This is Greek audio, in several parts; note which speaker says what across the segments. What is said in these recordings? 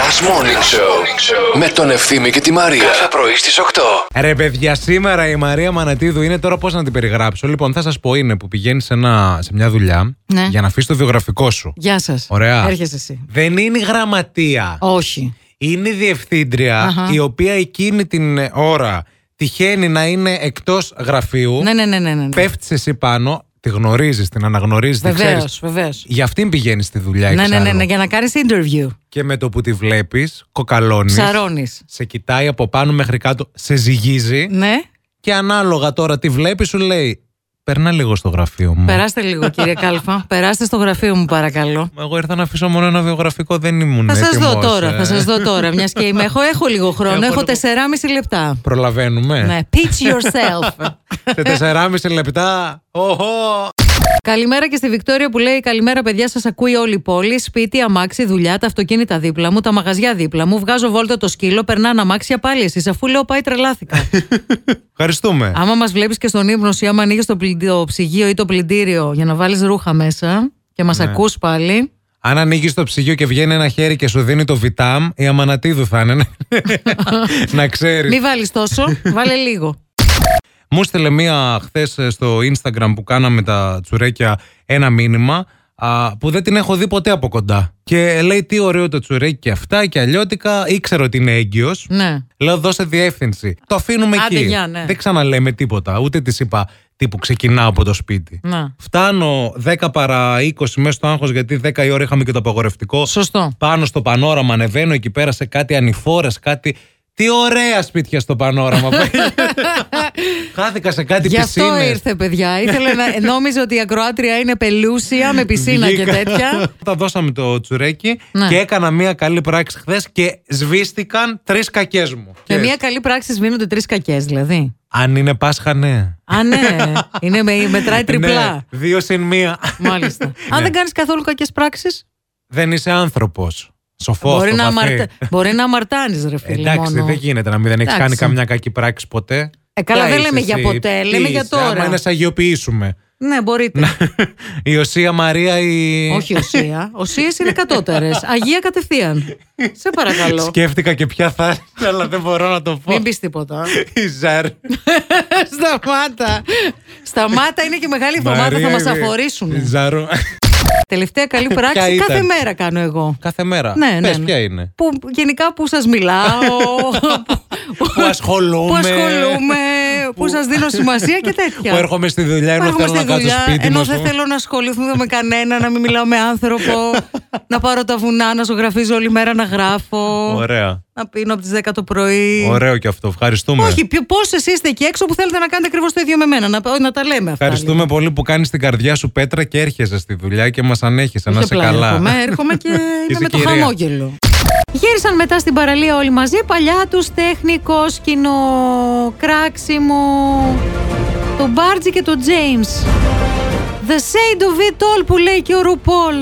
Speaker 1: Last Morning Show με τον Ευθύμη και τη Μαρία. Κάθε πρωί στις 8.
Speaker 2: Ρε παιδιά, σήμερα η Μαρία Μανατίδου είναι τώρα πώς να την περιγράψω. Λοιπόν, θα σας πω είναι που πηγαίνεις σε, ένα- σε μια δουλειά
Speaker 3: Ναι.
Speaker 2: για να αφήσεις το βιογραφικό σου.
Speaker 3: Γεια σας.
Speaker 2: Ωραία.
Speaker 3: Έρχεσαι εσύ.
Speaker 2: Δεν είναι γραμματεία.
Speaker 3: Όχι.
Speaker 2: Είναι διευθύντρια
Speaker 3: Αχα.
Speaker 2: η οποία εκείνη την ε, ώρα τυχαίνει να είναι εκτός γραφείου.
Speaker 3: Ναι, ναι, ναι, ναι. ναι.
Speaker 2: Πέφτεις εσύ πάνω, τη γνωρίζεις, την αναγνωρίζεις, την
Speaker 3: Βεβαίω,
Speaker 2: ξέρεις.
Speaker 3: βεβαίως.
Speaker 2: Για αυτήν πηγαίνεις στη δουλειά,
Speaker 3: Ναι, ναι, ναι,
Speaker 2: εξάλλου.
Speaker 3: ναι, για να κάνεις interview.
Speaker 2: Και με το που τη βλέπεις, κοκαλώνεις.
Speaker 3: Ψαρώνεις.
Speaker 2: Σε κοιτάει από πάνω μέχρι κάτω, σε ζυγίζει.
Speaker 3: Ναι,
Speaker 2: Και ανάλογα τώρα τη βλέπεις, σου λέει: Περνά λίγο στο γραφείο μου.
Speaker 3: περάστε λίγο, κύριε Κάλφα. Περάστε στο γραφείο μου, παρακαλώ.
Speaker 2: Μα εγώ ήρθα να αφήσω μόνο ένα βιογραφικό, δεν ήμουν.
Speaker 3: Θα σας δω
Speaker 2: έτοιμος,
Speaker 3: τώρα,
Speaker 2: ε.
Speaker 3: θα σας δω τώρα. Μιας και είμαι. Έχω, έχω λίγο χρόνο,
Speaker 2: Έχω
Speaker 3: έχω
Speaker 2: λίγο-
Speaker 3: 4,5 λεπτά.
Speaker 2: Προλαβαίνουμε.
Speaker 3: Ναι, pitch yourself.
Speaker 2: Σε 4,5 λεπτά. Οχο!
Speaker 3: Καλημέρα και στη Βικτόρια που λέει: Καλημέρα, παιδιά, σας ακούει όλη η πόλη. Σπίτι, αμάξι, δουλειά, τα αυτοκίνητα δίπλα μου, τα μαγαζιά δίπλα μου. Βγάζω βόλτα το σκύλο, περνάνε αμάξια πάλι εσείς, αφού λέω πάει τρελάθηκα.
Speaker 2: Ευχαριστούμε.
Speaker 3: Άμα μας βλέπεις και στον ύπνο σου, ή άμα ανοίγεις το, πλυν- το ψυγείο ή το πλυντήριο για να βάλεις ρούχα μέσα και
Speaker 2: Ναι.
Speaker 3: μα ακούς πάλι.
Speaker 2: Αν ανοίγεις το ψυγείο και βγαίνει ένα χέρι και σου δίνει το βιτάμ, η αμανατίδου θα είναι. να ξέρεις.
Speaker 3: Μη βάλεις τόσο, βάλε λίγο.
Speaker 2: Μου στείλε μία χθες στο Instagram που κάναμε τα τσουρέκια ένα μήνυμα α, που δεν την έχω δει ποτέ από κοντά. Και λέει τι ωραίο το τσουρέκι και αυτά και αλλιώτικα. Ήξερα ότι είναι έγκυος.
Speaker 3: Ναι.
Speaker 2: Λέω δώσε διεύθυνση. Το αφήνουμε
Speaker 3: Άντε,
Speaker 2: εκεί.
Speaker 3: γεια, ναι.
Speaker 2: Δεν ξαναλέμε τίποτα. Ούτε της είπα τύπου ξεκινάω από το σπίτι.
Speaker 3: Να.
Speaker 2: Φτάνω 10 παρα 20 μέσα στο άγχος γιατί 10 η ώρα είχαμε και το απαγορευτικό.
Speaker 3: Σωστό.
Speaker 2: Πάνω στο πανόραμα ανεβαίνω εκεί πέρα σε κάτι ανηφόρες, κάτι. Τι ωραία σπίτια στο πανόραμα. παιδιά. Χάθηκα σε κάτι
Speaker 3: Γι' αυτό
Speaker 2: πισίνες.
Speaker 3: ήρθε, παιδιά. Ήθελε να... νόμιζε ότι η ακροάτρια είναι πελούσια, με πισίνα και
Speaker 2: Βγήκα.
Speaker 3: τέτοια.
Speaker 2: Τα δώσαμε το τσουρέκι
Speaker 3: Ναι.
Speaker 2: και έκανα μία καλή πράξη χθες και σβήστηκαν τρεις κακές μου.
Speaker 3: Με
Speaker 2: Και-
Speaker 3: μια καλή πράξη σβήνονται τρεις κακές, δηλαδή.
Speaker 2: Αν είναι Πάσχα, ναι.
Speaker 3: Α, ναι. Είναι με, μετράει Ε, τριπλά.
Speaker 2: Ναι, δύο συν μία.
Speaker 3: Μάλιστα. Αν
Speaker 2: Ναι.
Speaker 3: δεν κάνεις καθόλου κακές πράξεις,
Speaker 2: Δεν είσαι άνθρωπος. Σοφό.
Speaker 3: μπορεί, να αμαρτα... μπορεί να αμαρτάνεις, ρε φίλε.
Speaker 2: Εντάξει,
Speaker 3: μόνο.
Speaker 2: δεν γίνεται να μην δεν έχεις
Speaker 3: Εντάξει.
Speaker 2: κάνει καμιά κακή πράξη ποτέ.
Speaker 3: Ε, καλά,
Speaker 2: Ποια
Speaker 3: δεν
Speaker 2: είσαι
Speaker 3: λέμε για
Speaker 2: εσύ,
Speaker 3: ποτέ,
Speaker 2: τι
Speaker 3: λέμε για
Speaker 2: είσαι,
Speaker 3: τώρα.
Speaker 2: Άμα να σε αγιοποιήσουμε.
Speaker 3: Ναι, μπορείτε.
Speaker 2: η Οσία Μαρία η...
Speaker 3: Όχι οσία. Οσίες είναι κατώτερες. Αγία κατευθείαν. Σε παρακαλώ.
Speaker 2: Σκέφτηκα και ποια θα είναι, αλλά δεν μπορώ να το πω.
Speaker 3: Μην πεις τίποτα.
Speaker 2: Η Ζαρ.
Speaker 3: Σταμάτα. Σταμάτα είναι και μεγάλη εβδομάδα, θα
Speaker 2: Μαρία,
Speaker 3: μας
Speaker 2: η- η
Speaker 3: αφορήσουν.
Speaker 2: Ζαρού.
Speaker 3: Τελευταία καλή
Speaker 2: Ποια
Speaker 3: πράξη
Speaker 2: ήταν?
Speaker 3: κάθε μέρα κάνω εγώ.
Speaker 2: Κάθε μέρα.
Speaker 3: Ναι, ναι,
Speaker 2: Πες
Speaker 3: ναι.
Speaker 2: ποια είναι.
Speaker 3: Που, γενικά που σας μιλάω
Speaker 2: Που ασχολούμαι.
Speaker 3: Που ασχολούμαι Που σας δίνω σημασία και τέτοια
Speaker 2: Που έρχομαι στη δουλειά ενώ
Speaker 3: Υπάρχουμε
Speaker 2: θέλω να
Speaker 3: στη
Speaker 2: κάτσω
Speaker 3: δουλειά,
Speaker 2: σπίτι μου.
Speaker 3: Ενώ
Speaker 2: ας
Speaker 3: δεν
Speaker 2: πούμε.
Speaker 3: θέλω να ασχοληθούμε με κανένα, να μην μιλάω με άνθρωπο, να πάρω τα βουνά, να ζωγραφίζω όλη μέρα, να γράφω.
Speaker 2: Ωραία.
Speaker 3: Να πίνω από τις 10 το πρωί.
Speaker 2: Ωραίο και αυτό. Ευχαριστούμε.
Speaker 3: Όχι, πόσε είστε εκεί έξω που θέλετε να κάνετε ακριβώς το ίδιο με μένα, να, να τα λέμε αυτά.
Speaker 2: Ευχαριστούμε πολύ που κάνεις την καρδιά σου πέτρα και έρχεσαι στη δουλειά και μας ανέχεσαι. Να
Speaker 3: λίγο. Όχι
Speaker 2: είσαι
Speaker 3: απλά
Speaker 2: καλά.
Speaker 3: Έρχομαι, έρχομαι και είμαι
Speaker 2: Είσαι
Speaker 3: με το
Speaker 2: κυρία.
Speaker 3: χαμόγελο. Γύρισαν μετά στην παραλία όλοι μαζί, παλιά τους τέχνικος, σκηνο, κράξιμο, τον Μπάρτζι και τον James. The shade of it all που λέει και ο Ρουπόλ.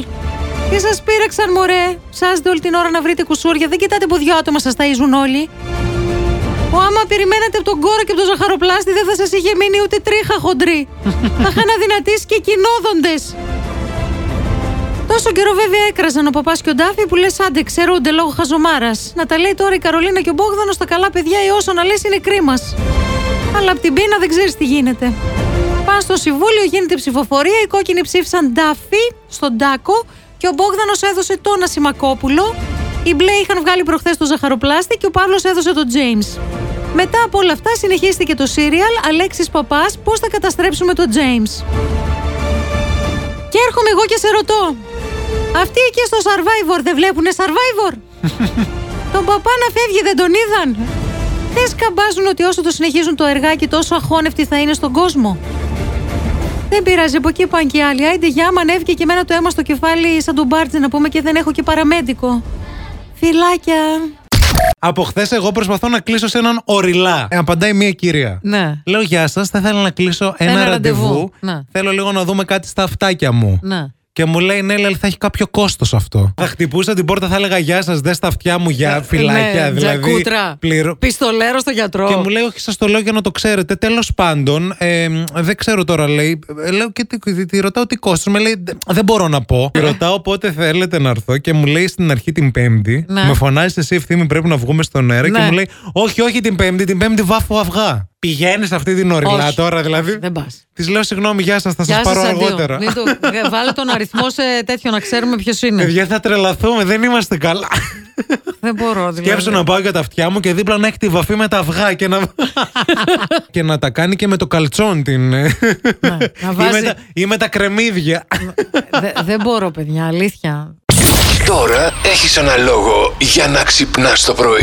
Speaker 3: Και σα πήραξαν, μωρέ. Ψάζετε όλη την ώρα να βρείτε κουσούρια. Δεν κοιτάτε που δυο άτομα σας ταΐζουν όλοι. Ο άμα περιμένατε από τον κόρο και από τον ζαχαροπλάστη, δεν θα σας είχε μείνει ούτε τρίχα χοντρή. θα είχαν αδυνατήσει και κοινόδοντες. Τόσο καιρό βέβαια έκραζαν ο παπάς και ο Ντάφη που λες άντε ξερούνται λόγω χαζομάρας. Να τα λέει τώρα η Καρολίνα και ο Μπόγδανος τα καλά παιδιά ή όσο να λες είναι κρίμα. Αλλά από την πείνα δεν ξέρεις τι γίνεται. Πάνε στο συμβούλιο, γίνεται ψηφοφορία. Οι κόκκινοι ψήφισαν Ντάφη στον Τάκο και ο Μπόγδανος έδωσε τον Ασημακόπουλο. Οι μπλε είχαν βγάλει προχθές το ζαχαροπλάστη και ο Παύλος έδωσε τον Τζέιμ. Μετά από όλα αυτά συνεχίστηκε το σύριαλ Αλέξης Παπάς πώς θα καταστρέψουμε τον James. Και έρχομαι εγώ και σε ρωτώ. Αυτοί εκεί στο Survivor δεν βλέπουνε Survivor. τον παπά να φεύγει δεν τον είδαν. Δεν σκαμπάζουν ότι όσο το συνεχίζουν το εργάκι τόσο αχώνευτοι θα είναι στον κόσμο. Δεν πειράζει, από εκεί πάνε και οι άλλοι. Άιντε γεια, μου ανέβηκε και εμένα το αίμα στο κεφάλι σαν τον Μπάρτζε να πούμε και δεν έχω και παραμέντικο. Φιλάκια.
Speaker 2: Από χθες εγώ προσπαθώ να κλείσω σε έναν οριλά. Ε, απαντάει μία κυρία.
Speaker 3: Ναι.
Speaker 2: Λέω γεια σας, θα ήθελα να κλείσω ένα,
Speaker 3: Ένα
Speaker 2: ραντεβού.
Speaker 3: ραντεβού. Ναι.
Speaker 2: Θέλω λίγο να δούμε κάτι στα αυτάκια μου.
Speaker 3: Ναι.
Speaker 2: Και Και μου λέει, ναι, λέει, θα έχει κάποιο κόστος αυτό. Ε, Θα χτυπούσα την πόρτα, θα έλεγα Γεια σας, δες στα αυτιά μου για φυλάκια.
Speaker 3: Ναι,
Speaker 2: δηλαδή.
Speaker 3: τζακούτρα.
Speaker 2: πληρω-
Speaker 3: Πιστολέρο στο γιατρό.
Speaker 2: και μου λέει, Όχι, σας το λέω για να το ξέρετε. Τέλος πάντων, ε, μ, δεν ξέρω τώρα, λέει. Ε, Λέω και τη, τη- τη ρωτάω τι κόστος. Με λέει, «Δε- Δεν μπορώ να πω. Τη ρωτάω πότε θέλετε να έρθω και μου λέει στην αρχή την Πέμπτη.
Speaker 3: Ναι.
Speaker 2: Με φωνάζει εσύ ευθύμη, πρέπει να βγούμε στον αέρα. Και
Speaker 3: Ναι.
Speaker 2: μου λέει, Όχι, όχι την Πέμπτη, την Πέμπτη βάφω αυγά. Πηγαίνεις αυτή την ωριλά
Speaker 3: Όχι.
Speaker 2: τώρα, δηλαδή.
Speaker 3: Δεν πας.
Speaker 2: Της λέω, Συγγνώμη, γεια σας, θα σας πάρω αργότερα.
Speaker 3: Μην το... ε, Βάλε τον αριθμό σε τέτοιο να ξέρουμε ποιος είναι.
Speaker 2: Παιδιά, θα τρελαθούμε, δεν είμαστε καλά.
Speaker 3: Δεν μπορώ. Δηλαδή.
Speaker 2: Σκέψου να πάω για τα αυτιά μου και δίπλα να έχει τη βαφή με τα αυγά και να, και να τα κάνει και με το καλτσόν την.
Speaker 3: Ναι, να
Speaker 2: ή, με
Speaker 3: βάζει-
Speaker 2: τα, ή με τα κρεμμύδια.
Speaker 3: Δε- δεν μπορώ, παιδιά, αλήθεια.
Speaker 1: Τώρα έχεις ένα λόγο για να ξυπνάς το πρωί.